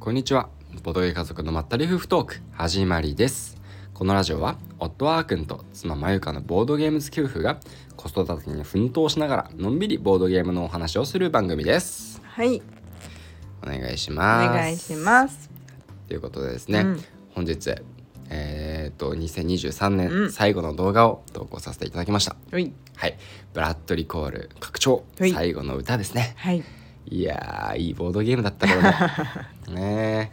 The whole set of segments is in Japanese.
こんにちはボドゲ家族のまったり夫婦トーク始まりですこのラジオは夫あーくんと妻まゆかのボードゲーム好き夫婦が子育てに奮闘しながらのんびりボードゲームのお話をする番組ですはい、お願いしおます願いします。ということでですね、うん本日えー、っと2023う年ん最後の動画を投稿させていただきました、はい、はいブラッドリコール拡張はい最後の歌ですねはい、いやーいいボードゲームだった からねね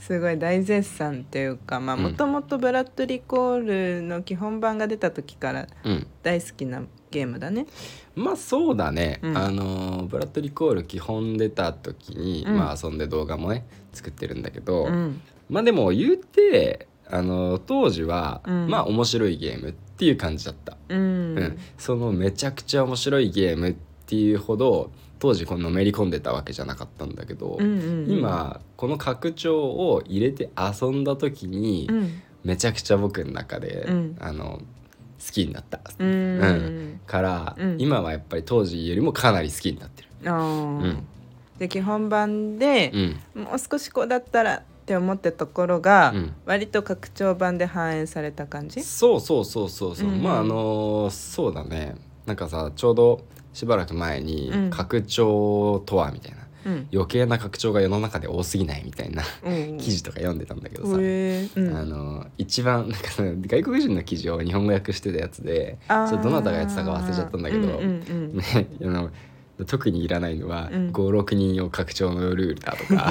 すごい大絶賛というか、まあ、うんもともとブラッドリコールの基本版が出た時からえうん大好きなゲームだね。まあそうだね、うんあのーブラッドリコール基本出た時に、うんまあ遊んで動画もね作ってるんだけど、うん、まあでも言うてあのー当時は、うんまあ面白いゲームっていう感じだった、う、うんんそのめちゃくちゃ面白いゲームっていうほど当時このめり込んでたわけじゃなかったんだけど、うんうん、今この拡張を入れて遊んだ時に、うん、めちゃくちゃ僕の中で、うんあの好きになった、うん、うん、から、うん今はやっぱり当時よりもかなり好きになってる。あうーんで、基本版でう、んもう少しこうだったらって思ってたところが、うん割と拡張版で反映された感じ。そうそうそうそうそう、うんまああのーそうだねなんかさちょうどしばらく前にう「ん拡張とは」みたいな、うん、余計な拡張が世の中で多すぎないみたいなうん記事とか読んでたんだけどさ、へーうんあのー一番なんかさ外国人の記事を日本語訳してたやつでちょあーっとどなたがやってたか忘れちゃったんだけど、うんうんう ん、ね、あの特にいらないのは、うん56人用拡張のルールだと か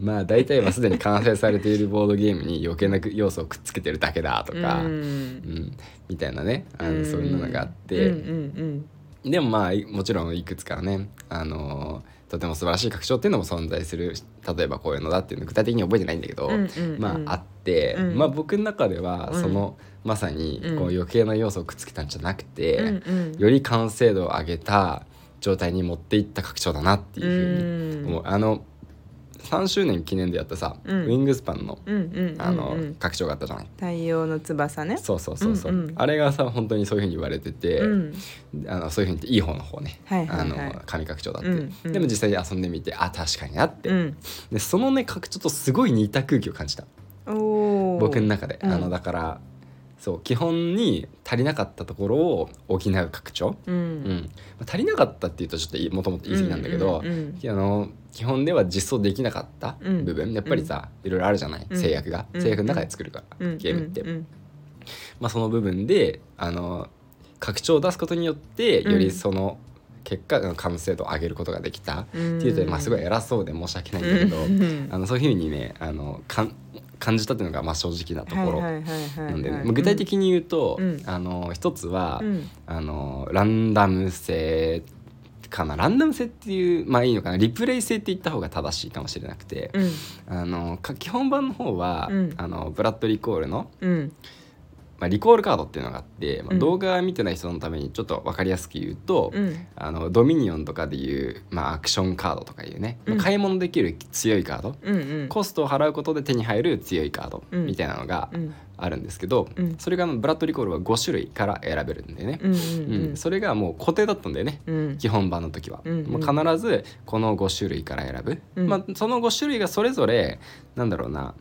まあ大体はすでに完成されているボードゲームに余計な要素をくっつけてるだけだとか、ううんんみたいなねあの、うんそういうのがあって、うんうんでもまあいもちろんいくつかねあのとても素晴らしい拡張っていうのも存在する例えばこういうのだっていうの具体的に覚えてないんだけど、うんうんうんまああって、うんまあ僕の中ではうんその、まさにこううん余計な要素をくっつけたんじゃなくて。うんうんより完成度を上げた状態に持っていった拡張だなっていうふうに思う、あの3周年記念でやったさ、うんウィングスパンのうんうんうんうんあの、拡張があったじゃない太陽の翼ねそうそうそうそう、うんうんあれがさ本当にそういうふうに言われてて、うんあのそういうふうに言っていい方の方ね、はいはいはいあの紙拡張だって、うんうんでも実際に遊んでみてあ確かになって、うんでそのね拡張とすごい似た空気を感じたおー僕の中で、うんあのだからそう基本に足りなかったところを補う拡張、うんうんまあ、足りなかったっていうとちょっといもともと言い過ぎなんだけど、うんうんあの基本では実装できなかったうん部分、やっぱりさ、いろいろあるじゃない、うん制約がうん制約の中で作るから、うんゲームって、うんまあ、その部分であの拡張を出すことによってよりその結果の完成度を上げることができた、うんっていうと、まあ、すごい偉そうで申し訳ないんだけど、うんうんあのそういうふうにねあのかん感じたっていうのがまあ正直なところはないはいはいはいんでねまあ具体的に言うと、うんあの一つは、うんあのランダム性かなランダム性っていうまあいいのかなリプレイ性って言った方が正しいかもしれなくて、うんあのか基本版の方は、うんあのブラッドリコールの、うんまあ、リコールカードっていうのがあって、まあうん動画見てない人のためにちょっと分かりやすく言うと、うんあのドミニオンとかでいう、まあ、アクションカードとかいうね、まあうん買い物できる強いカード、うんうんコストを払うことで手に入る強いカードうんみたいなのがうんあるんですけど、うんそれがあのブラッドリコールは5種類から選べるんでね、うんうんそれがもう固定だったんだよね、うんうん基本版の時は、うんもう必ずこの5種類から選ぶ、うんまあ、その5種類がそれぞれなんだろうな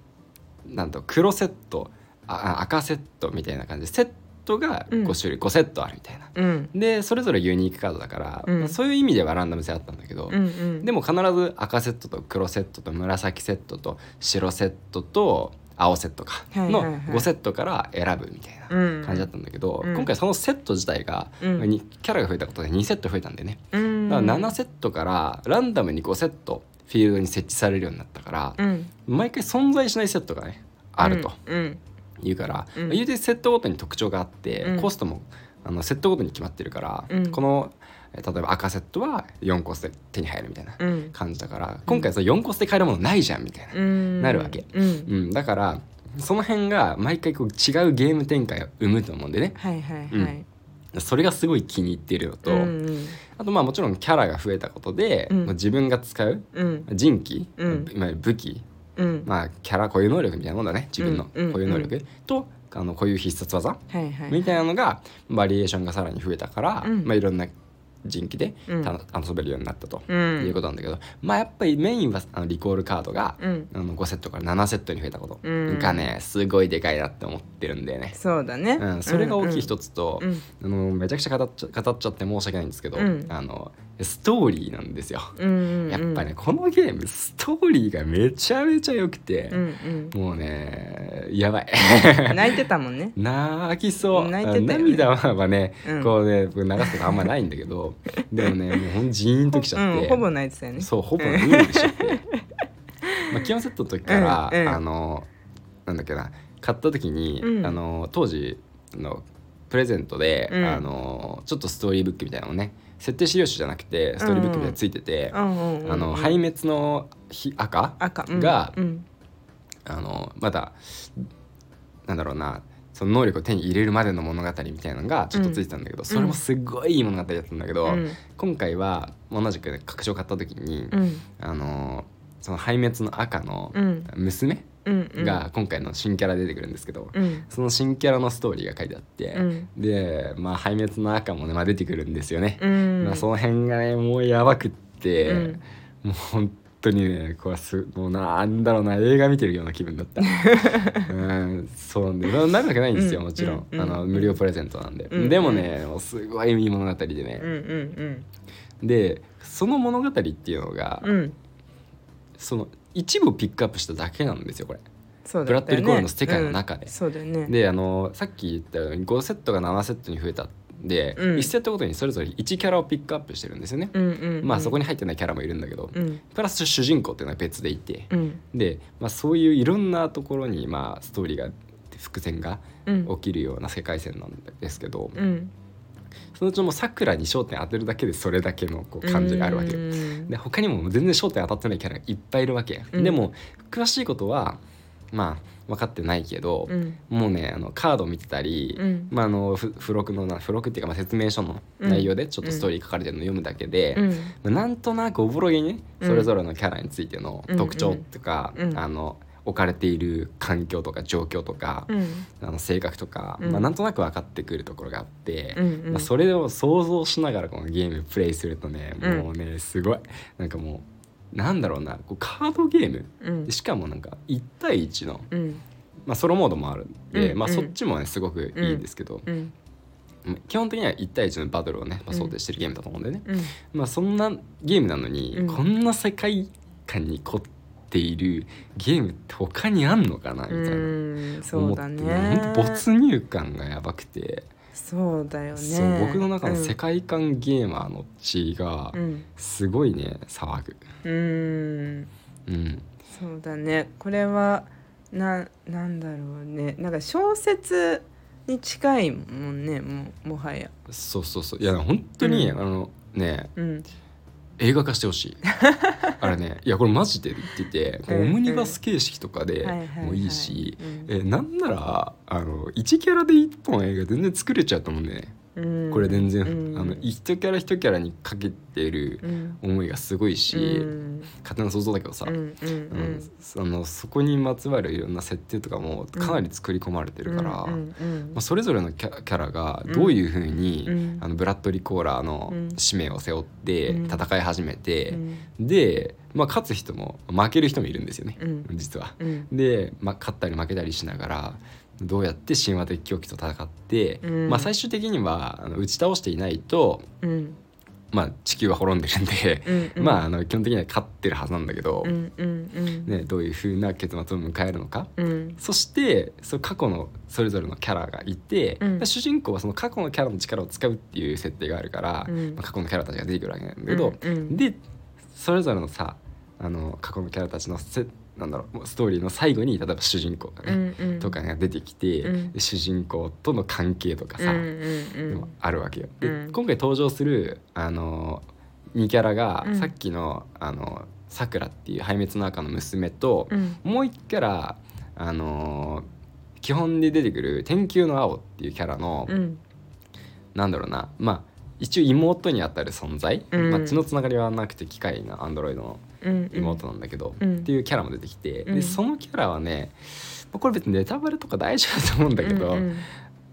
なんと黒セットああ赤セットみたいな感じでセットが5種類、5セットあるみたいなうんでそれぞれユニークカードだから、うんまあそういう意味ではランダム性あったんだけど、うんうんでも必ず赤セットと黒セットと紫セットと白セットと青セットかはいのはいはい5セットから選ぶみたいなうん感じだったんだけど、うん今回そのセット自体が、うんにキャラが増えたことで2セット増えたんでねうんだから7セットからランダムに5セットフィールドに設置されるようになったから、うん毎回存在しないセットがねあるとうんいうから、うん言うてセットごとに特徴があって、うんコストもあのセットごとに決まってるから、うんこのえ例えば赤セットは4個で手に入るみたいな。うん感じだから今回その4個捨て買えるものないじゃんみたいな、うんなるわけうんうんだからその辺が毎回こう違うゲーム展開を生むと思うんでねはいはいはい、うんそれがすごい気に入っているのと、うんあとまあもちろんキャラが増えたことで、うんもう自分が使ううん人機、うんまあ武器、うん、まあ、キャラ固有能力みたいなもんだね自分のうんうん固有能力、とあの固有必殺技はいはいみたいなのがバリエーションがさらに増えたから、うんまあ、いろんな人気でうんた遊べるようになったと、ういうこんとなんだけどまあやっぱりメインはあのリコールカードが、うんあの5セットから7セットに増えたことうんがねすごいでかいなって思ってるんだよね。そうだね、うん、それが大きい一つと、うんあのめちゃくちゃ語っちゃ語っちゃって申し訳ないんですけど、うんあのストーリーなんですよ。うんうんうんやっぱねこのゲームストーリーがめちゃめちゃ良くて、うんもうねやばい うん泣いてたもんね泣きそう泣いてたよね涙はね、うんこうね僕流すことあんまないんだけどでもねもうほんとジーンときちゃって、うん、ほぼ泣いてたよねそうほぼ無理でしちゃって まあ基本セットの時から、うんうんあのなんだっけな買った時に、うんあの当時のプレゼントで、うんあのちょっとストーリーブックみたいなのをね設定資料集じゃなくてストーリーブックみたいなのついてて、うんうんうんあの敗滅の日赤赤、うん、がうんあのまだなんだろうなその能力を手に入れるまでの物語みたいなのがちょっとついてたんだけど、それもすごいいい物語だったんだけど、うん今回は同じく、ね、拡張買った時に、うんあのその破滅の赤のうん娘うんうんが今回の新キャラ出てくるんですけど、うんその新キャラのストーリーが書いてあって、うんで、まあ、破滅の赤もね、まあ、出てくるんですよね。うんまあ、その辺がねもうやばくって、うんもう本当にねこれはすもうなんだろうな映画見てるような気分だった うんそうなんでまあなるわけないんですようんもちろん、うんあの無料プレゼントなんで、うんでもねもうすごいいい物語でうんね、うんでその物語っていうのが、うんうんその一部をピックアップしただけなんですよこれ。そうだったよブラッドリねーコールの世界の中でうんそうだよねであのさっき言ったように5セットが7セットに増えたんで、うん1セットごとにそれぞれ1キャラをピックアップしてるんですよね。うんうんうんまあそこに入ってないキャラもいるんだけど、うんプラス主人公っていうのは別でいて、うんで、まあ、そういういろんなところに、まあ、ストーリーが伏線がうん起きるような世界線なんですけど、うんそのうちもうさくらに焦点当てるだけでそれだけのこう感じがあるわけよ。うんで他にも全然焦点当たってないキャラがいっぱいいるわけ、うんでも詳しいことはまあ分かってないけど、うんもうねあのカード見てたり、うんまあ、あのふ付録のな付録っていうかまあ説明書の内容でちょっとストーリー書かれてるの読むだけで、うんまあなんとなくおぼろげにねうんそれぞれのキャラについての特徴とか、うんうんあの置かれている環境とか状況とかう、んあの性格とか、うんまあ、なんとなく分かってくるところがあって、うんうんまあ、それを想像しながらこのゲームプレイするとねうんもうねすごいなんかもうなんだろうなこうカードゲームうんでしかもなんか1対1の、うんまあ、ソロモードもあるんで、うんまあ、うんそっちもねすごくいいんですけど、うんまあ基本的には1対1のバトルをね、まあ、想定してるゲームだと思うんでね。うんまあそんなゲームなのに、うんこんな世界観に凝っているゲームって他にあんのかなみたいな、うんそうだ思ってねほんと没入感がやばくて、そうだよねそう僕の中の世界観ゲーマーの血がうんすごいね騒ぐ、うんうんうん、そうだねこれはななんだろうねなんか小説に近いもんねもうもはやそうそうそういや本当に、うんあのねうん映画化してほ しいあれねいやこれマジで言っててこううオんムニバス形式とかではいはいはいもいいし、うんえなんならあの1キャラで1本映画全然作れちゃうと思うんだよねうんこれ全然、うんあの一キャラ一キャラにかけてるうん思いがすごいし、うん勝手な想像だけどさ、うんうんううんんそのそこにまつわるいろんな設定とかもかなり作り込まれてるから、うんうんまあ、それぞれのキャキャラがどういうふうに、うんあのブラッドリー・コーラーのうん使命を背負ってうん戦い始めうて、んで、まあ、勝つ人も負ける人もいるんですよね、うん実は。うんで、まあ、勝ったり負けたりしながらどうやって神話的狂気と戦って、うんまあ、最終的にはあの打ち倒していないと、うんまあ、地球は滅んでるんで、うんうんまああの基本的には勝ってるはずなんだけど、うんうんうんね、どういうふうな結末を迎えるのか。うんそしてその過去のそれぞれのキャラがいて、うんで主人公はその過去のキャラの力を使うっていう設定があるから、うんまあ過去のキャラたちが出てくるわけなんだけど、うんうんでそれぞれのさあの過去のキャラたちのせなんだろうもうストーリーの最後に例えば主人公がうね、んうんとかが出てきて、うんで主人公との関係とかうんさ、うんでうもんあるわけよ。で、うん今回登場するあの2キャラが、うんさっきのあのさくらっていう破滅の赤の娘と、うんもう1キャラあの基本で出てくる天球の青っていうキャラの、うんなんだろうなまあ一応妹にあたる存在、うんまあ、血のつながりはなくて機械なアンドロイドのうんうん妹なんだけど、うんっていうキャラも出てきて、うでんそのキャラはねまあこれ別にネタバレとか大丈夫だと思うんだけど、うん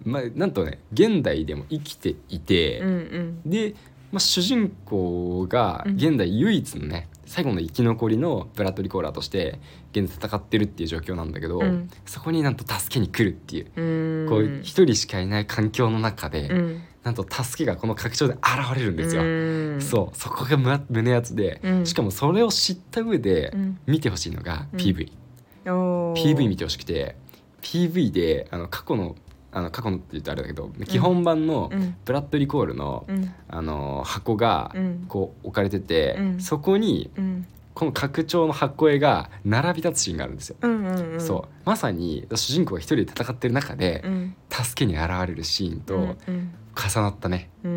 まあ、なんとね現代でも生きていて、うんうんでまあ、主人公がうん現代唯一のね、最後の生き残りのブラッドリー・コーラーとして現在戦ってるっていう状況なんだけど、うんそこになんと助けに来るっていう。うんこう一人しかいない環境の中で、うんなんと助けがこの拡張で現れるんですよ。うんそうそこがむ胸熱で、うんしかもそれを知った上でうん見てほしいのがうん PV、おー PV 見てほしくて PV であの過去のあの過去のって言うとあれだけど基本版のうんブラッドリコールの、うんあの箱がうんこう置かれてて、うんそこにうんこの拡張の箱絵が並び立つシーンがあるんですよ。うんうんうんそうまさに主人公が一人で戦ってる中で、うん助けに現れるシーンとうん重なったね、うんう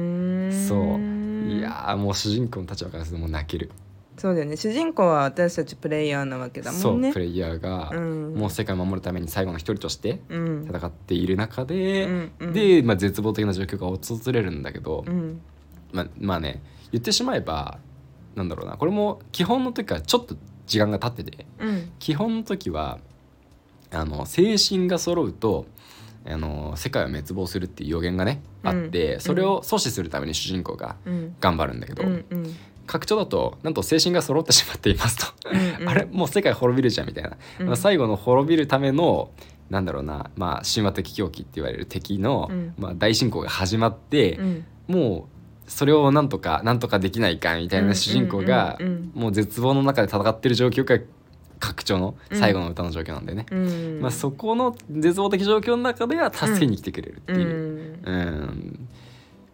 ーんそういやーもう主人公の立場からするともう泣ける、そうだよね主人公は私たちプレイヤーなわけだそもうんねプレイヤーがうんもう世界を守るために最後の一人としてうん戦っている中で、うんうんで、まあ、絶望的な状況が訪れるんだけど、うんまあまあね言ってしまえばなんだろうなこれも基本の時からちょっと時間が経っててうん基本の時はあの精神が揃うとあの世界は滅亡するっていう予言がねあって、うんそれを阻止するために主人公がうん頑張るんだけど、うんうん拡張だとなんと精神が揃ってしまっていますと、うんうんあれもう世界滅びるじゃんみたいな、うんまあ最後の滅びるためのなんだろうな、まあ、神話的狂気って言われる敵の、うんまあ、大進行が始まってう、んもうそれをなんとかなんとかできないかみたいな主人公がうんうんうんもう絶望の中で戦ってる状況が拡張の最後の歌の状況なんだよね、うんまあ、そこの絶望的状況の中では助けに来てくれるってういう、んうん、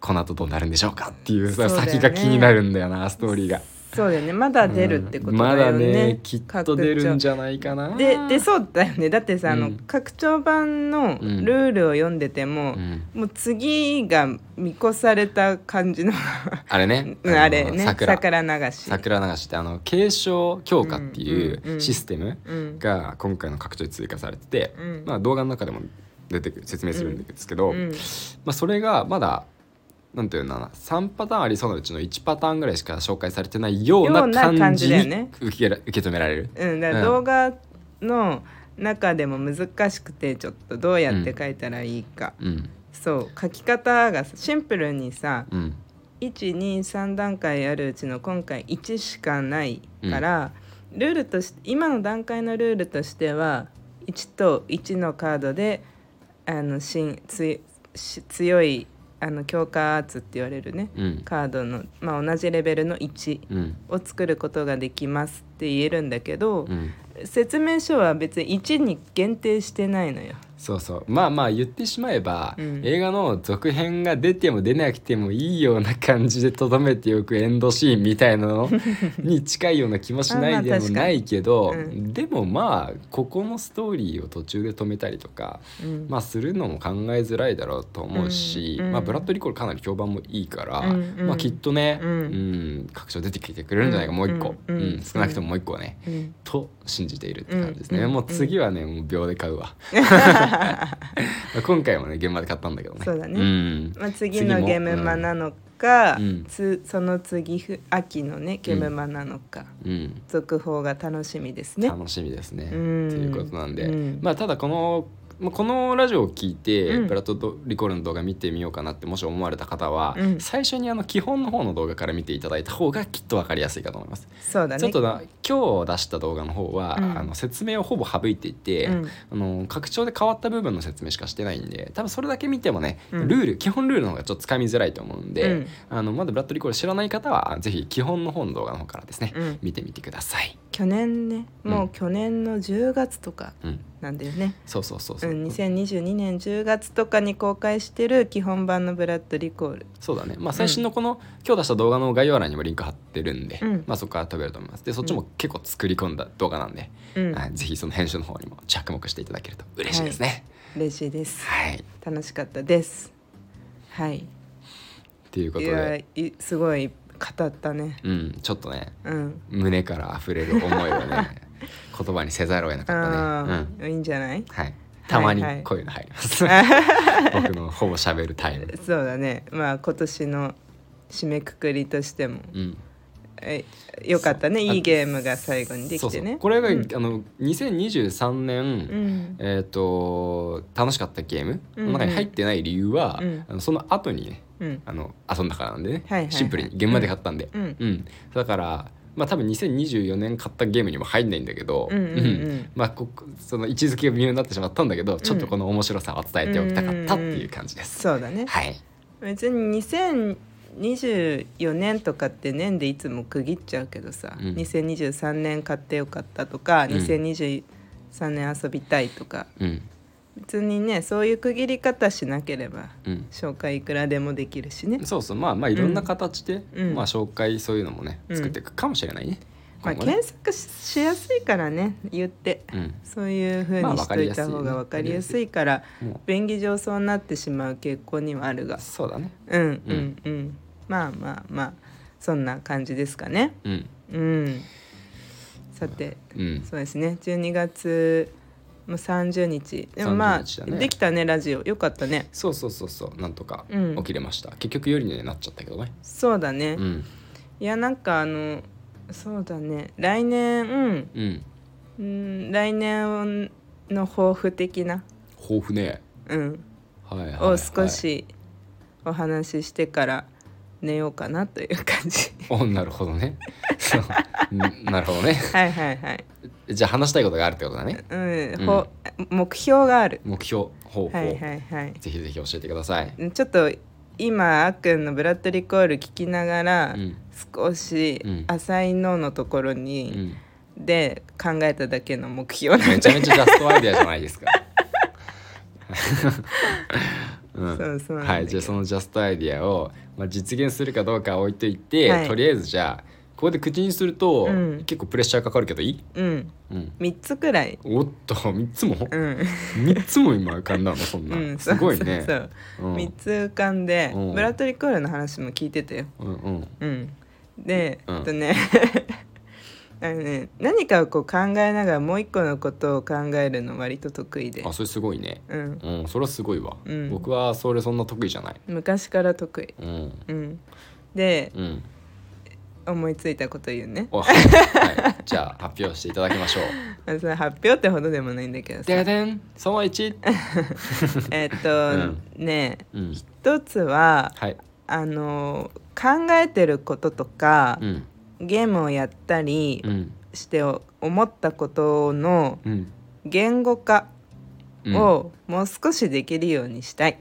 この後どうなるんでしょうかっていうそうだよね先が気になるんだよなストーリーが。そうだよねまだ出るってことだようね,、んまだねきっと出るんじゃないかなで出そうだよねだってさ、あうのん拡張版のルうんールを読んでても、うんもう次が見越された 感じのあれね、うんのあれね桜桜桜流し流しってあの継承強化っていうんうんううんシステムうんが今回の拡張で追加されてて、うんまあ、動画の中でも出てくる説明するんですけど、うんまあ、それがまだなんていうのかな3パターンありそうなうちの1パターンぐらいしか紹介されてないようなような感感じじだよにね受けら受け止められる。うん、だかうんら動画の中でも難しくてちょっとどうやって書いたらいいか、うんそう書き方がシンプルにさうん123段階あるうちの今回1しかないから、ルールとし今の段階のルールとしては1と1のカードであのしんついし強いあの強化アーツって言われるねうんカードの、まあ、同じレベルの1うんを作ることができますって言えるんだけど、うん説明書は別に1に限定してないのよ。そうそうまあまあ言ってしまえば、うん映画の続編が出ても出なくてもいいような感じでとどめておくエンドシーンみたいな のに近いような気もしないであまあも確かにないけど、うんでもまあここのストーリーを途中で止めたりとか、うんまあ、するのも考えづらいだろうと思うし、うんうんまあ、ブラッド・リコールかなり評判もいいから、うんうんまあ、きっとね、ううんん拡張出てきてくれるんじゃないか、もう一個、ううんんうん少なくとももう一個はね、 うんと信じているって感じですね、うんうんもう次はねもう秒で買うわ 今回もね現場で買ったんだけどねそうだねんまあ、次次のもゲームマなのか、うんつその次ふ秋のねゲームマなのか、うん続報が楽しみですね。楽しみですねとうんいうことなんで、うんまあただこのまあこのラジオを聞いて、うんブラッドリコールの動画見てみようかなってもし思われた方は、うん最初にあの基本の方の動画から見ていただいた方がきっと分かりやすいかと思います、そうだねちょっとな今日出した動画の方は、うんあの説明をほぼ省いていて、うんあの拡張で変わった部分の説明しかしてないんで多分それだけ見てもね、うんルール基本ルールの方がちょっとつかみづらいと思うんで、うんあのまだブラッドリーコール知らない方はぜひ基本の方の動画の方からですね、うん見てみてください。去年ねうんもう去年の10月とかうん、なんだよね、そうそうそううそう、ん2022年10月とかに公開してる基本版の「ブラッド・リコールそうだね、まあ、最新のこの、今日出した動画の概要欄にもリンク貼ってるんで、うんまあ、そこから飛べると思いますでそっちも結構作り込んだ動画なんで、」うんはいぜひその編集の方にも着目していただけると嬉しいですね。嬉しいですはい、楽しかったですはいというこいとやで、いすごい語ったねうん、ちょっとねうん胸から溢れる思いをね言葉にせざるを得なかあったね、うんー、いいんじゃないはい、たまにはいはいこういうの入ります、僕のほぼ喋るタイム、そうだねまあ今年の締めくくりとしてもうん、えよかったねそういいゲームが最後にでそうそきてうねこれが、うんあの2023年、うんえー、と楽しかったゲームうんのうん中に入ってない理由は、うんあのその後にねうんあの遊んだからなんでね、はいはいはいシンプルに現場で買ったんで、うんうんだから、まあ、多分2024年買ったゲームにも入んないんだけど、うんうんうんまあ、ここその位置づけが微妙になってしまったんだけど、ちょっとこの面白さを伝えておきたかったっていう感じです。そうだねはい、別に2024年とかって年でいつも区切っちゃうけどさ、うん2023年買ってよかったとか、ん2023年遊びたいとかうん別にねそういう区切り方しなければうん紹介いくらでもできるしね、 そうそうまあまあいろんな形で、うんまあ、紹介そういうのもねうん作っていくかもしれないね。まあ、今後ね検索ししやすいからね言って、うんそういう風まあにしといた方がわ分かかりりややすすいいからも便宜上そうなってしまう傾向にはあるがうそうだね、うんうんうんまあまあまあそんな感じですかね。うんうん、さてうん、そうですね12月もう30日でもまあ、 30日だねできたねラジオよかったねそうそうそうそうなんとかうん起きれました、結局夜になっちゃったけどね、そうだね、ういんやなんかあのそうだね来年うん、うん、うん、来年の抱負的な、豊富ね、うん、はいはいはい、を少しお話ししてから寝ようかなという 感じおなるほどね そううんなるほどねはいはいはい、じゃあ話したいことがあるってことだねうんほ目標がある目標方法、はいはいはいぜひぜひ教えてください、ちょっと今あっくんの「ブラッドリコール」聞きながら、うん少しうん浅い脳のところうに、ん、で考えただけの目標なんめちゃめちゃジャストアイデアじゃない ですか うんそうそうなんだはい、じゃあそのジャストアイディアを、まあ、実現するかどうかは置いといて、はいとりあえずじゃあここで口にすると、うん結構プレッシャーかかるけどいい、うんうん、 3つくらいおっと3つもうん、 3つも今浮かんだのそんな、うん、すごいね そうそうそううん3つ浮かんで、うんブラッドリコールの話も聞いてたようんうんうんで、うんあとね あのね何かをこう考えながらもう一個のことを考えるの割と得意であそれすごいねうんうんそれはすごいわ、うん僕はそれそんな得意じゃない昔から得意うんうんでうん思いついたこと言うね おはいじゃあ発表していただきましょうあのそれ発表ってほどでもないんだけど さででんその1、 えっと、ねうん、一つははい、あの考えてることとかう、んゲームをやったりうんしてお思ったことのうん言語化うんをもう少しできるようにしたい、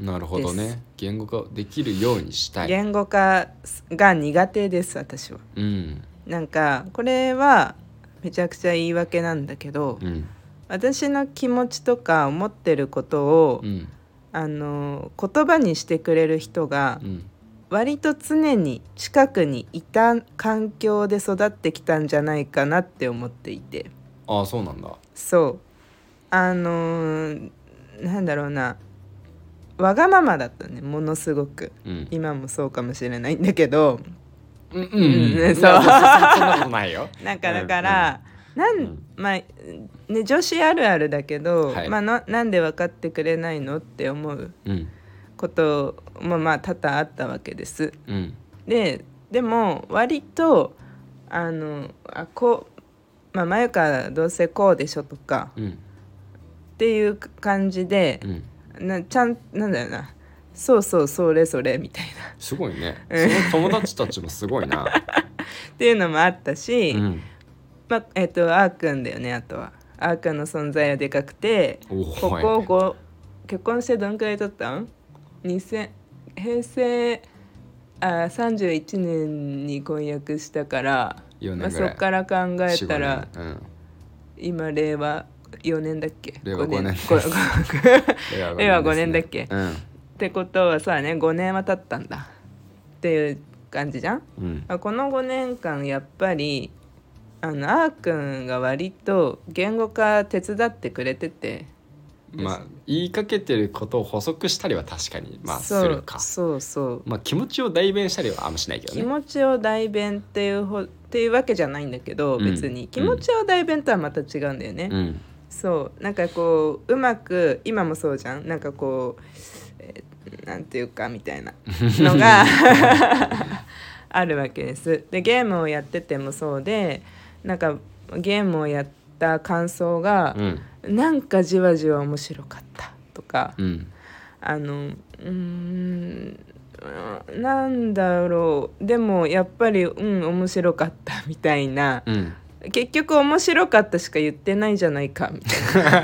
なるほどですね言語化できるようにしたい、言語化が苦手です私は。うんなんかこれはめちゃくちゃ言い訳なんだけど、うん私の気持ちとか思ってることを、うんあの言葉にしてくれる人がうん割と常に近くにいた環境で育ってきたんじゃないかなって思っていてああそうなんだそうあのーなんだろうなわがままだったねものすごくうん今もそうかもしれないんだけどうんうんうんそ そうそんうなことないよなんかだから、なんうんまあね女子あるあるだけど、はいまあ、ななんで分かってくれないのって思ううんこともまあ多々あったわけです。うんででも割とあのあこうまあまゆかどうせこうでしょとかうんっていう感じでう、んなちゃんなんだよなそうそうそれそれみたいなすごいねうんその友達たちもすごい なっていうのもあったし、うんまあえっ、とあーくんだよねあとはあーくんの存在はでかくておこーいこご結婚してどんくらい経ったん ?2000 平成あ31年に婚約したから、四まあ、年ぐそらいっから考え四たら五年うん今令和4年だっけ令和五五年こっ令和令和五ですね年だっけうんてことはさね5年は経ったんだっていう感じじゃんうんあこの5年間やっぱりあのあーくんが割と言語化手伝ってくれててまあ言いかけてることを補足したりは確かにまあすそうるかそうそうまあ気持ちを代弁したりはあんましないけど気ね持ちを代弁っていうほっていうわけじゃないんだけど、うん別に気持ちを代弁とはまた違うんだよね、うんそうなんかこううまく今もそうじゃんなんかこう、えーなんていうかみたいなのがあ あるわけです。でゲームをやっててもそうでなんかゲームをやった感想がう、んなんかじわじわ面白かったとか、うんあのうーんうんなんだろうでもやっぱりうん面白かったみたいな、うん結局面白かったしか言ってないじゃないかみたい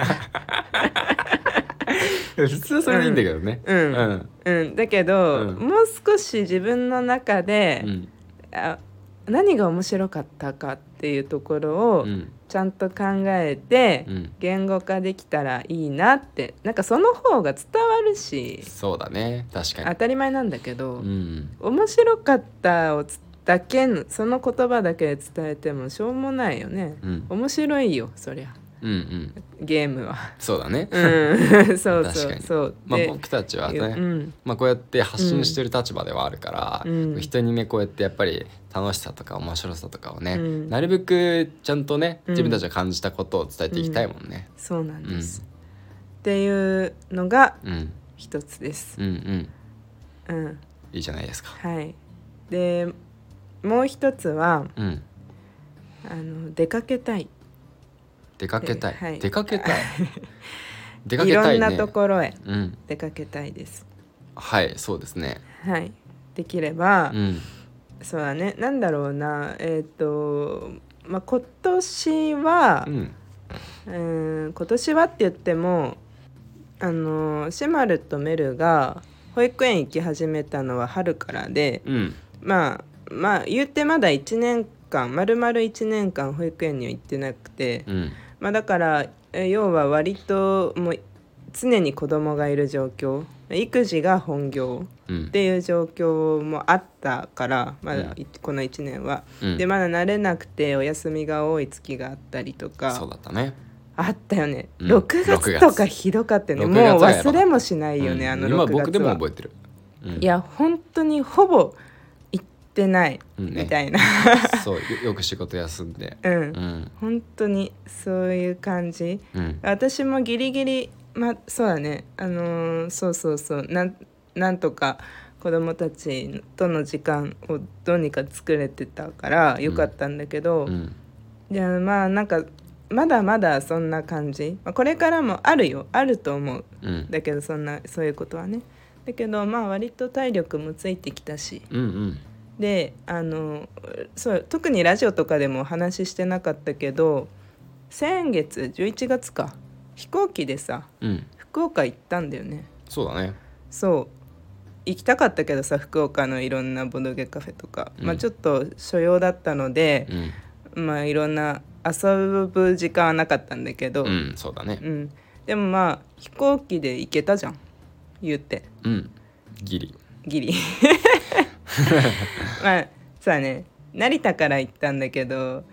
普通それでいいんだけどねな、ううんんうん、だけど、うんもう少し自分の中でう、んあ何が面白かったかっていうところをうんちゃんと考えて、うん言語化できたらいいなってなんかその方が伝わるしそうだね確か当たり前なんだけど、にうん面白かったをつだけのその言葉だけで伝えてもしょうもないよね。うん面白いよそりゃうんうんゲームは。そうだねうん、 そ う確そかうにそう。まあで僕たちはうねんまあこうやって発信してる立場ではあるから、うん人にねこうやってやっぱり楽しさとか面白さとかをね、うんなるべくちゃんとねうん自分たちが感じたことを伝えていきたいもんね。そうなんうんうでんす。っていうのがうん一つです。うんうんうん、いいじゃないですか。はい。で、もう一つはうん、あの出かけたい。出かけたい、ではい出かけた い出かいけたろいんねなところへうん、出かけたいです。はいそうですね。はい。できれば、うんそうだね。なんだろうな。えっ、と、まあ今年はう、んうん、今年はって言っても、あのシマルとメルが保育園行き始めたのは春からで、うんまあまあ言ってまだ1年間丸々1年間保育園には行ってなくて、うんまあ、だからえ要は割ともう常に子供がいる状況育児が本業うんっていう状況もあったからまうだんいこの1年は。うんでまだ慣れなくてお休みが多い月があったりとそうだかったね。あったよね、うん6 6月とかひどかったよね6もう月はやばかった忘れもしないよね、うんあの6月今は僕でも覚えてる。うんいや本当にほぼ行ってないうんねみたい な、そうよよく仕事休んで。ううんん本当にそういう感じうん私もギリギリまそうだねあのーそうそうそうなんなんとか子供たちとの時間をどうにか作れてたからよかったんだけど、うんいやまあなんかまだまだそんな感じ、まあこれからもあるよあると思ううんだけどそんなそういうことはねだけどまあ割と体力もついてきたしうんであのそう特にラジオとかでもお話ししてなかったけど先月11月か飛行機でさうんうん福岡行ったんだよねそうだね。そう行きたかったけどさ福岡のいろんなボドゲカフェとか、うんまあちょっと所用だったのでう、んまあいろんな遊ぶ時間はなかったんだけど、うんそうだね。うんでもまあ飛行機で行けたじゃん言ってうんギリ。ギリまあそうだね成田から行ったんだけど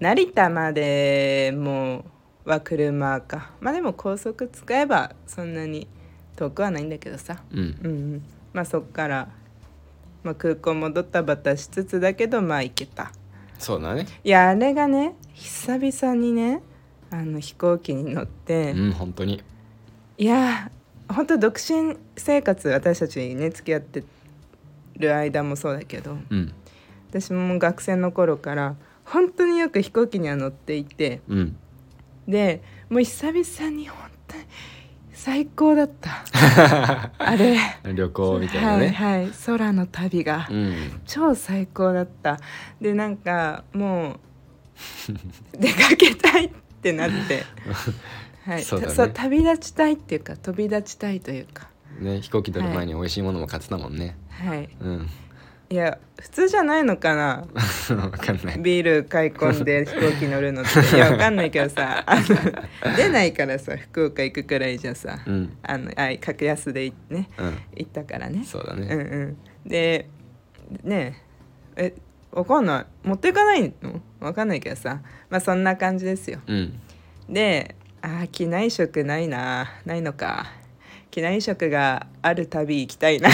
成田までもは車かまあでも高速使えばそんなに遠くはないんだけどさうんうんうんまあそっから、まあ、空港もドタバタしつつだけどまあ行けたそうだね。いやあれがね久々にねあの飛行機に乗って、うん本当に。いやー本当独身生活私たちにね付き合ってる間もそうだけどうん私も学生の頃から本当によく飛行機には乗っていてうんでもう久々に本当に最高だった あれ旅行みたいなはいね。はい空の旅がうん超最高だったでなんかも う出かけたいってなって、はい、そうだねたそう旅立ちたいっていうか飛び立ちたいというかね飛行機乗る前に美味しいものも買ってたもんね。はいうん。 いや普通じゃないのかなわかんない。ビール買い込 んで飛行機乗るのっていやわかんないけどさあの出ないからさ福岡行くくらいじゃさうんあのあ格安でねう行ったからんねそうだうねん。うんでねええわかんない持っていかないのわかんないけどさまあそんな感じですようんであー機内食ないなないのか機内食がある旅行きた いな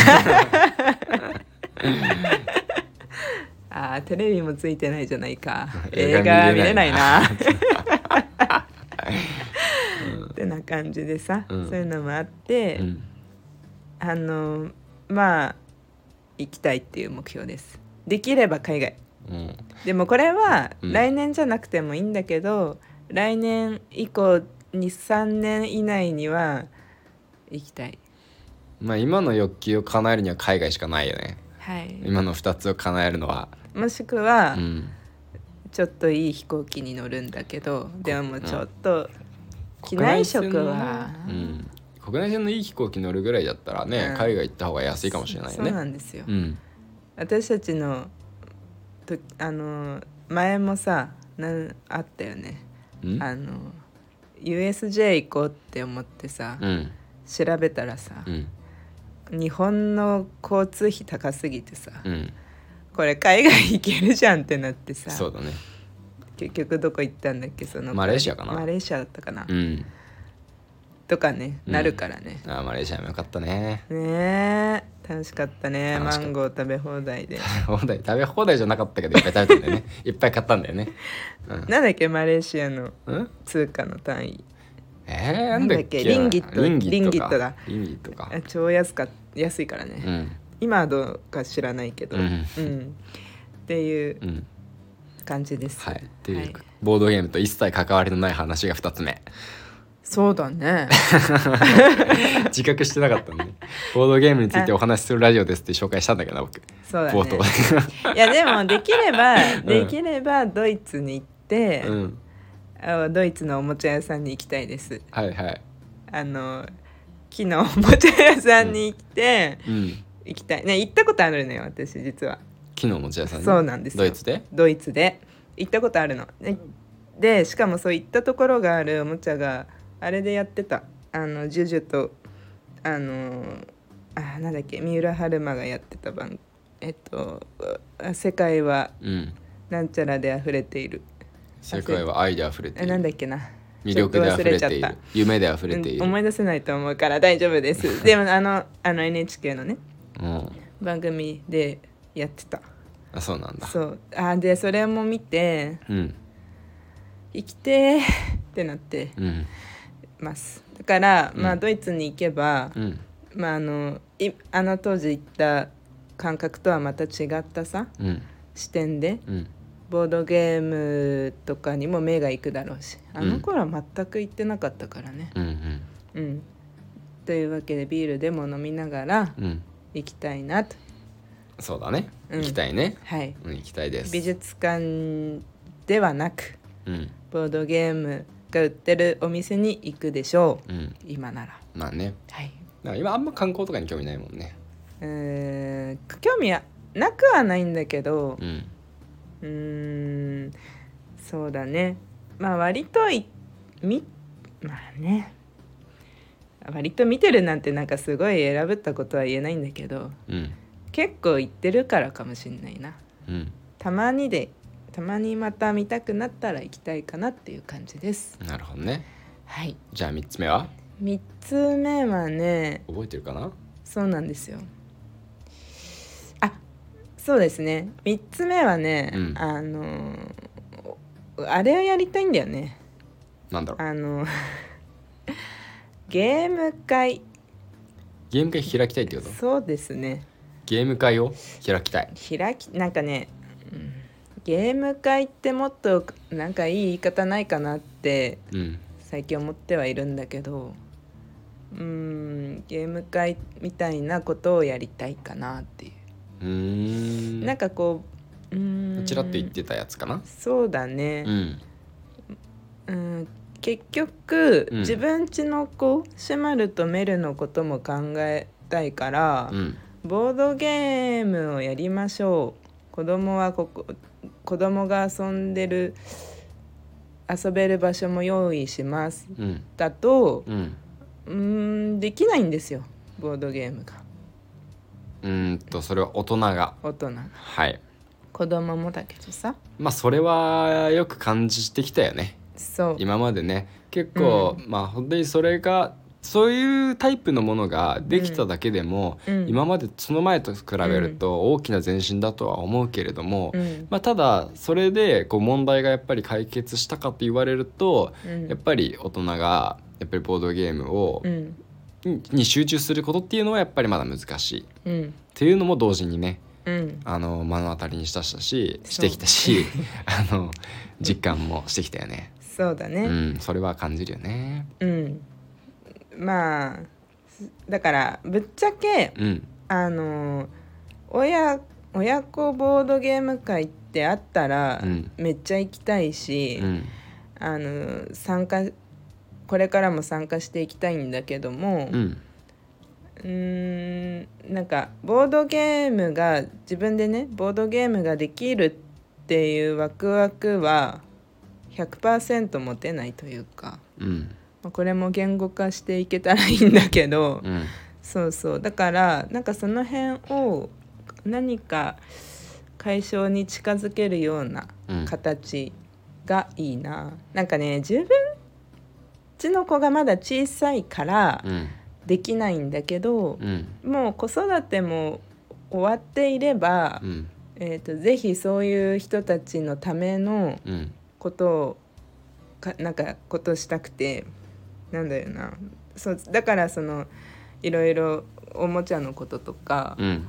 あーテレビもついてないじゃないか映 映画画見見れれなないいななってな感じでさ、うんそういうのもあって、うんあのまあ行きたいっていう目標ですできれば海外うんでもこれはうん来年じゃなくてもいいんだけど、来年以降に3年以内には行きたいまあ今の欲求を叶えるには海外しかないよねはい今の2つを叶えるのはもしくは、うんちょっといい飛行機に乗るんだけどでもちょっと機国内内線食のはうん国内線のいい飛行機乗るぐらいだったらね、うん海外行った方が安いかもしれないよそうなねんですよ、うん私たちのとあの前もさなんあったよねうんあの USJ 行こうって思ってさ、うん調べたらさう、ん日本の交通費高すぎてさうんこれ海外行けるじゃんってなってさそうだね結局どこ行ったんだっけそのマレーシアかなマレーシアだったかな、うんとかねうんなるからね、あーマレーシアもよかったね ねえ楽しかったね楽しかマったンゴー食べ放題で放題食べ放題じゃなかったけどいっぱい食べたんだよね いっぱい買ったんだよねなんだっけマレーシアのうん、うん、通貨の単位えー、なんだっけななんだっけリンギットリンギットかリンギリットだンギットかあ超安か安いからね、うん今はどうか知らないけど、ううんんっていううん感じです、はいっていう、はいボードゲームと一切関わりのない話が2つ目そうだね 自覚してなかったねボードゲームについてお話しするラジオですって紹介したんだけどな僕そう だ冒頭ねいやでもできれば、んできればドイツに行って、 うんあドイツのおもちゃ屋さんに行きたいですはいはいあの木のおもちゃ屋さんに行って、うん行きたいね行ったことあるのよ私実は昨日持ち屋さんにそうなんですよドイツでドイツで行ったことあるのででしかもそう行ったところがあるおもちゃがあれでやってたあのジュジュとあのあーなんだっけ三浦春馬がやってた番えっと「世界はうんなんちゃらで溢れている世界は愛で溢れ」てあいなんるだっけな魅力で溢れていちょっと忘れちゃっるた夢で溢れている、うん思い出せないと思うから大丈夫で すでもあのあの NHK のねうん番組でやってたあそうなんだそうあーでそれも見てうん生きてーってなってうんますだから、うんまあドイツに行けば、うんまああのいあの当時行った感覚とはまた違ったさうん視点でうんボードゲームとかにも目が行くだろうしあの頃は全く行ってなかったからねうんうんうん、というわけでビールでも飲みながらうん行きたいなとそうだね、うん行きたいねはいうん行きたいです美術館ではなくうんボードゲームが売ってるお店に行くでしょううん今ならまあねはいなんか今あんま観光とかに興味ないもんねうーん興味はなくはないんだけどうんうーんそうだねまあ割といみまあね割と見てるなんてなんかすごい選ぶったことは言えないんだけどうん結構行ってるからかもしんないなうんたまにでたまにまた見たくなったら行きたいかなっていう感じですなるほどねはいじゃあ3つ目は3つ目はね覚えてるかなそうなんですよあそうですね3つ目はね、うんあのーおあれをやりたいんだよねなんだろうあの ゲーム会ゲーム会開きたいってことそうですねゲーム会を開きたい開きなんかね、うんゲーム会ってもっとなんかいい言い方ないかなってうん最近思ってはいるんだけどうーんゲーム会みたいなことをやりたいかなっていううーんなんかこううーんちらっと言ってたやつかなそうだうね、んうん、結局、うん自分家の子シュマルとメルのことも考えたいから、うんボードゲームをやりましょう子供はここ子供が遊んでる遊べる場所も用意しますうんだとうんうーんできないんですよボードゲームがうーんとそれは大人が大人がはい子供もだけどさまあそれはよく感じてきたよねそう今までね結構、まあ本当にそれがそういうタイプのものができただけでも、うん今までその前と比べると大きな前進だとは思うけれども、うんまあ、ただそれでこう問題がやっぱり解決したかと言われると、うんやっぱり大人がやっぱりボードゲームを、うんにに集中することっていうのはやっぱりまだ難しいっうんていうのも同時にね、うんあの目の当たりにしたしたしそうしてきた しあの実感もしてきたよねそうだうねんそれは感じるよねうん、まあすだからぶっちゃけうんあの親親子ボードゲーム会ってあったら、うんめっちゃ行きたいし、うんあの参加これからも参加していきたいんだけども、うんうーんなんかボードゲームが自分でねボードゲームができるっていうワクワクは100%持てないというか、うんまあこれも言語化していけたらいいんだけど、うんそうそうだからなんかその辺を何か解消に近づけるようなうん形がいいな、なんかね自分ちの子がまだ小さいからうんできないんだけど、うんもう子育ても終わっていれば、うんえー、とぜひそういう人たちのためのうんことをかなんかことしたくてなんだよなそうだからそのいろいろおもちゃのこととか、うん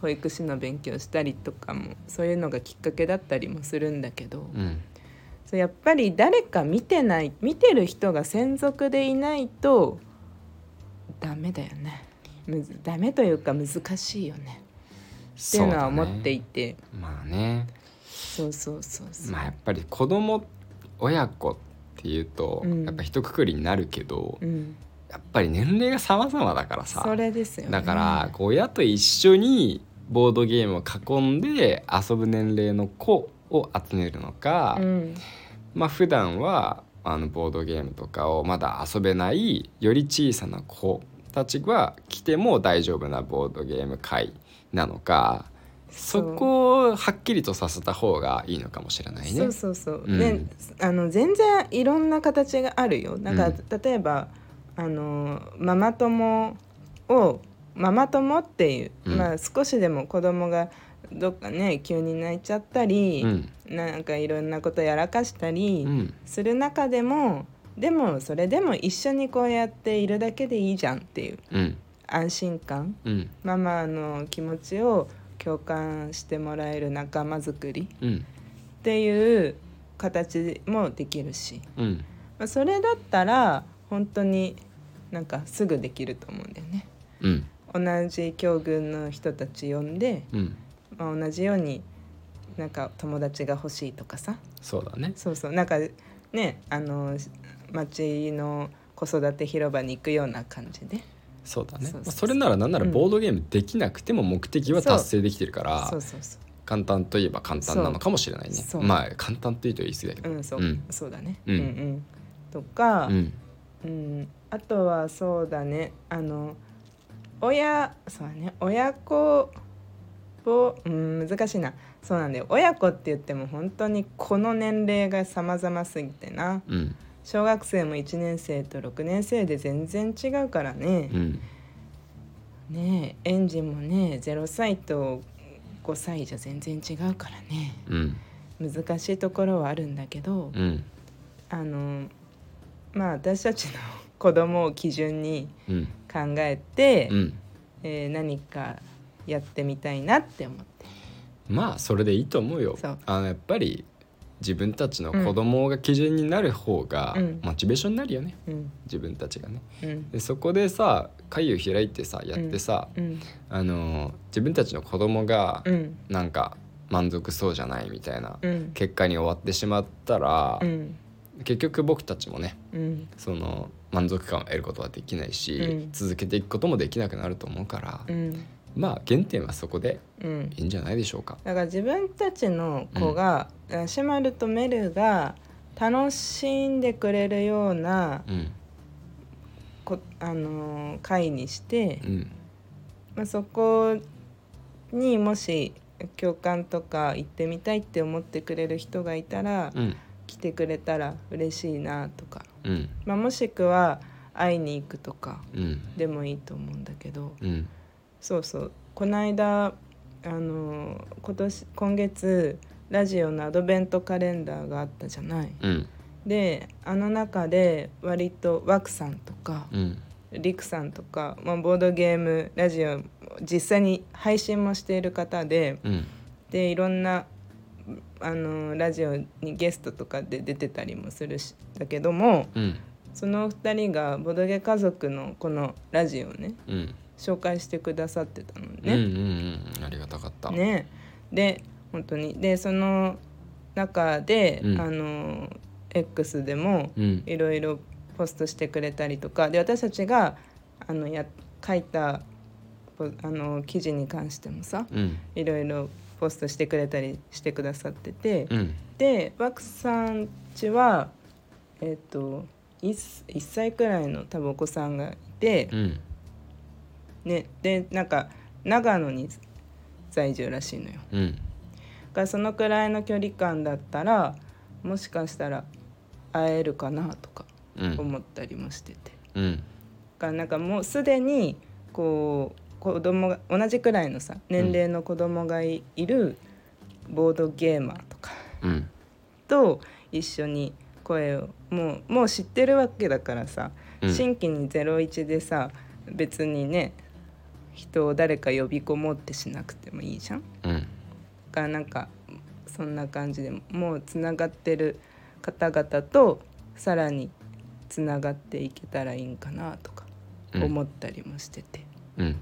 保育士の勉強したりとかもそういうのがきっかけだったりもするんだけど、うんそうやっぱり誰か見てない見てる人が専属でいないとダメだよねむずダメというか難しいよねっていうのは思っていてそうだねまあねそう,、そうそうそうまあやっぱり子供親子っていうと、うんやっぱ一括りになるけど、うん、やっぱり年齢が様々だからさそれですよねだからこう親と一緒にボードゲームを囲んで遊ぶ年齢の子を集めるのか、うんまあ普段はあのボードゲームとかをまだ遊べないより小さな子たちは来ても大丈夫なボードゲーム会なのかそそうこをはっきりとさせた方がいいのかもしれないね。そうそうそう、うんねあの全然いろんな形があるよなんか、うん例えばあのママ友をママ友っていう、うんまあ少しでも子供がどっかね急に泣いちゃったり、うんなんかいろんなことやらかしたりうんする中でも、でもそれでも一緒にこうやっているだけでいいじゃんっていううん安心感うんママの気持ちを共感してもらえる仲間づくりうんっていう形もできるし、うんまあそれだったら本当になんかすぐできると思うんだよね。うん同じ境遇の人たち呼んで、うんまあ、同じようになんか友達が欲しいとかさそうだね。そうそうなんかねあの町の子育て広場に行くような感じでそうだそうねそう。そまうあそれならなんならうんボードゲームできなくても目的は達成できてるからそうそうそ簡単といえば簡単なのかもしれないねそう。まあ簡単というと言い過ぎだけうど。うんそう、うんそうだね、うんうんうんとか、ううんんあとはそうだねあの親そうだね親子ぼうん難しいなそうなんだよ親子って言っても本当にこの年齢が様々すぎてなうん小学生も1年生と6年生で全然違うからね。うんねえ園児もね0歳と5歳じゃ全然違うからねうん難しいところはあるんだけど、うんあのまあ私たちの子供を基準にうん考えて、うん。えー何かやってみたいなって思ってまあそれでいいと思うよそうあのやっぱり自分たちの子供が基準になる方がうんモチベーションになるよね、うん自分たちがねうんでそこでさ会を開いてさやってさ、うんあの自分たちの子供がうんなんか満足そうじゃないみたいなうん結果に終わってしまったら、うん結局僕たちもねうんその満足感を得ることはできないし、うん続けていくこともできなくなると思うから、うんまあ原点はそこでうんいいんじゃないでしょうか。だから自分たちの子が、シマルとメルが楽しんでくれるようなうんこあのー会にして、うんまあ、そこにもし教官とか行ってみたいって思ってくれる人がいたら、うん来てくれたら嬉しいなとか、うんまあ、もしくは会いに行くとかうんでもいいと思うんだけどうんそうそうこの間あのー今年今月ラジオのアドベントカレンダーがあったじゃない。うんであの中で割とワクさんとか、うんリクさんとか、まあ、ボードゲームラジオ実際に配信もしている方でうんでいろんなあのラジオにゲストとかで出てたりもするしだけどもうんそのお二人がボドゲ家族のこのラジオをねうん、紹介してくださってたのうんうんね。うんありがたかった、ねで本当にでその中で、うんあの X でもうんいろいろポストしてくれたりとかで私たちがあのや書いたポあの記事に関してもさうんいろいろポストしてくれたりしてくださってて、うんでワクさんちはえっ、と 1, 1歳くらいの多分お子さんがいてう、んね、でなんか長野に在住らしいのよ。だうんからそのくらいの距離感だったらもしかしたら会えるかなとかうん思ったりもしてて。うんがなんかもうすでにこう子供が同じくらいのさ年齢の子供がい,、るボードゲーマーとかうんと一緒に声をもうもう知ってるわけだからさ、うん新規に「01」でさ別にね人を誰か呼び込もうってしなくてもいいじゃん。うんがなんかそんな感じでもうつながってる方々とさらにつながっていけたらいいんかなとかうん思ったりもしてて、うん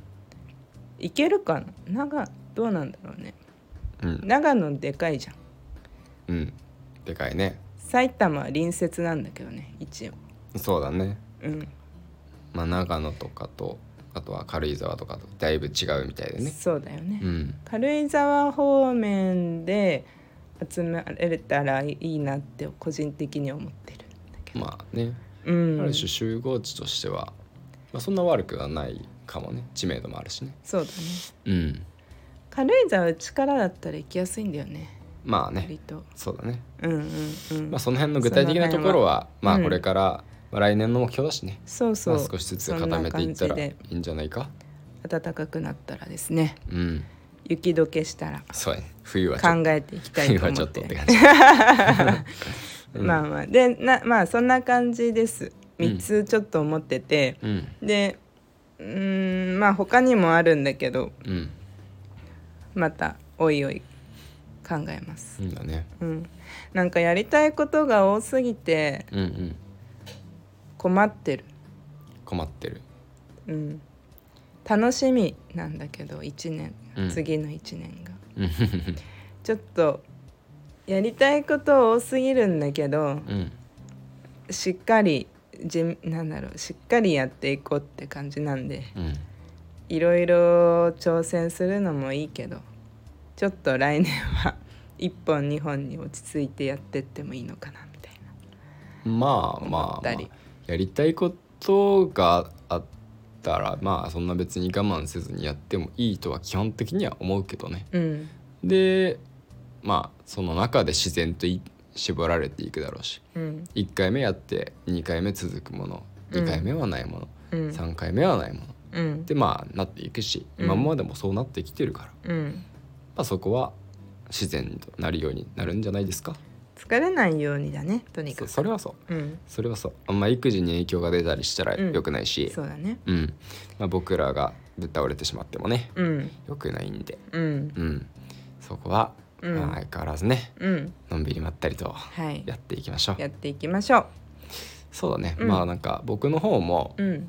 いけるかな長どうなんだろうねうん長野でかいじゃんうんでかいね埼玉は隣接なんだけどね一応そうだねうん、まあ長野とかとあとは軽井沢とかとだいぶ違うみたいでねそうだよね、うん軽井沢方面で集められたらいいなって個人的には思ってるんだけど、まあねうんある種集合地としては、まあ、そんな悪くはないかもね知名度もあるしねそうだねうん軽井沢うちからだったら行きやすいんだよねまあね割とそうだねうんうんうん、まあその辺の具体的なところはの辺はまあうんこれから、まあ、来年の目標だしねそうそまう、あ、少しずつ固めていったそんなら感いじでいんじゃないか暖かくなったらですねうん雪解けしたらそうやね冬はちょっ考えていきとたい冬と思はってちょっとって感じまあまあでなまあそんな感じですうん3つちょっと思ってて、うんでうーんまあ他にもあるんだけどうんまたおいおい考えます、うんだねうん、なんかやりたいことが多すぎてうんうん困ってる、困ってるうん、楽しみなんだけど1年、うん次の1年がうんちょっとやりたいこと多すぎるんだけどうんしっかりじなんだろうしっかりやっていこうって感じなんでうんいろいろ挑戦するのもいいけどちょっと来年は 1本2本に落ち着いてやってってもいいのかなみたいなまあ思まあ、っまたあり、やりたいことがあったらまあそんな別に我慢せずにやってもいいとは基本的には思うけどねうんでまあその中で自然とい絞られていくだろうしうん1回目やって2回目続くものうん2回目はないもの、うん3回目はないものうんでまあなっていくしうん今までもそうなってきてるから、まうんあ、そこは自然となるようになるんじゃないですか疲れないようにだねとにかそくそれはそううんそれはそうあんま育児に影響が出たりしたらうん良くないし、そうだねうんまあ、僕らがぶっ倒れてしまってもねうん良くないんで、うんうん、そこは、うんまあ相変わらずねうんのんびりまったりとはいやっていきましょうやっていきましょそうだね、うんまあなんか僕の方もううん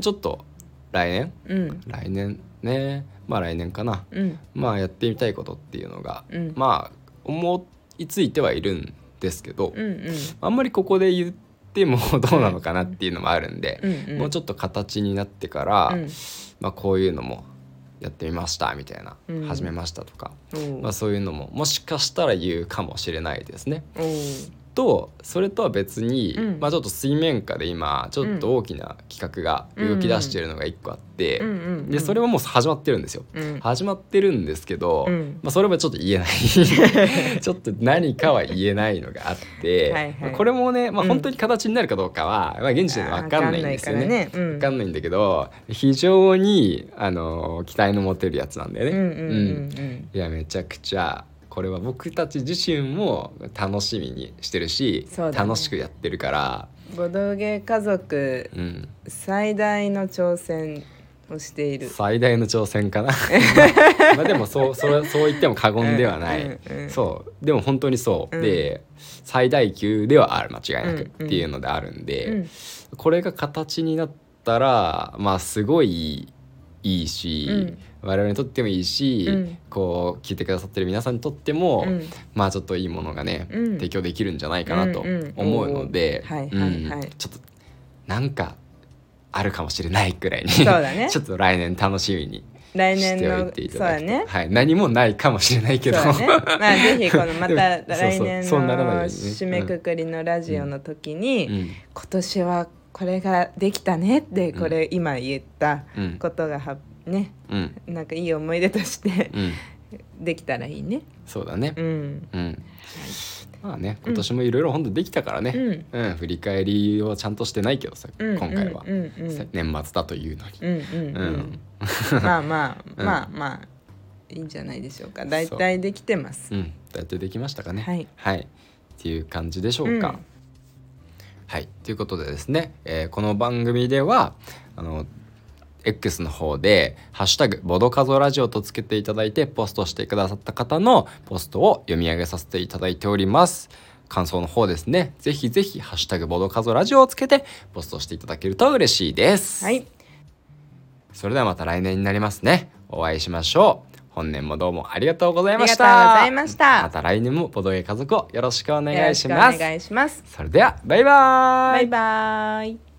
ちょっと来年うん来年ねまあ来年かなうんまあやってみたいことっていうのが、うんまあ思いついてはいるんですけど、うんうんあんまりここで言っても どうなのかなっていうのもあるんで、うんうんもうちょっと形になってから、うんまあ、こういうのもやってみましたみたいな、うん始めましたとか、おうまあ、そういうのももしかしたら言うかもしれないですね。おうとそれとは別に、うんまあ、ちょっと水面下で今ちょっと大きな企画が動き出してるのが1個あって、うんうんうんでそれはもう始まってるんですよ。うん始まってるんですけど、うんまあ、それもちょっと言えない ちょっと何かは言えないのがあってはいはいまあこれもね、まあ、うん本当に形になるかどうかは、まあ、現時点で分かんないんですよね。わかんないからねうん分かんないんだけど非常に、あのー期待の持てるやつなんだよね。うんうんううんんいやめちゃくちゃこれは僕たち自身も楽しみにしてるし、そうだね楽しくやってるから、うんボドゲ家族うん、最大の挑戦をしている。最大の挑戦 かなまあでもそうそれそう言っても過言ではない、うんうんうんそうでも本当にそう、うんで最大級ではある間違いなくうんうんっていうのであるんで、うんこれが形になったらまあすごいいいし、うん我々にとってもいいし、うんこう聞いてくださってる皆さんにとっても、うんまあちょっといいものがね、うん提供できるんじゃないかなとうんうん思うのでおーはいうんはいはいちょっとなんかあるかもしれないくらいにそうだね ちょっと来年楽しみに来し年ておのいていそただきたうだい、ね。はい、何もないかもしれないけどそうだね。ま あぜひこのまたでもそうそう来年そうならないようにのね締めくくりのラジオの時に、うん今年はこれができたねってこれ今言ったうんことがはねうんなんかいい思い出としてうんできたらいいね。そうだねうん。うん、まあね今年もいろいろ本当できたからね、うん。うん振り返りをちゃんとしてないけどさ、うん今回は、うんうんうんさ年末だというのに、うんうんううんん。まあまあ うんまあまあいいんじゃないでしょうか。だいたいできてますう。ん、大体できましたかね。はいっていう感じでしょうか。うんはいということでですね、えーこの番組ではあの X の方で「ハッシュタグボドカゾラジオ」とつけていただいてポストしてくださった方のポストを読み上げさせていただいております。感想の方ですね。ぜひぜひハッシュタグボドカゾラジオをつけてポストしていただけると嬉しいです。はい。それではまた来年になりますね。お会いしましょう。本年もどうもありがとうございました。ありがとうございましたまた来年もボドゲ家族をよろしくおお願いします。お願いします。それでは、バイバーイ。バイバイ。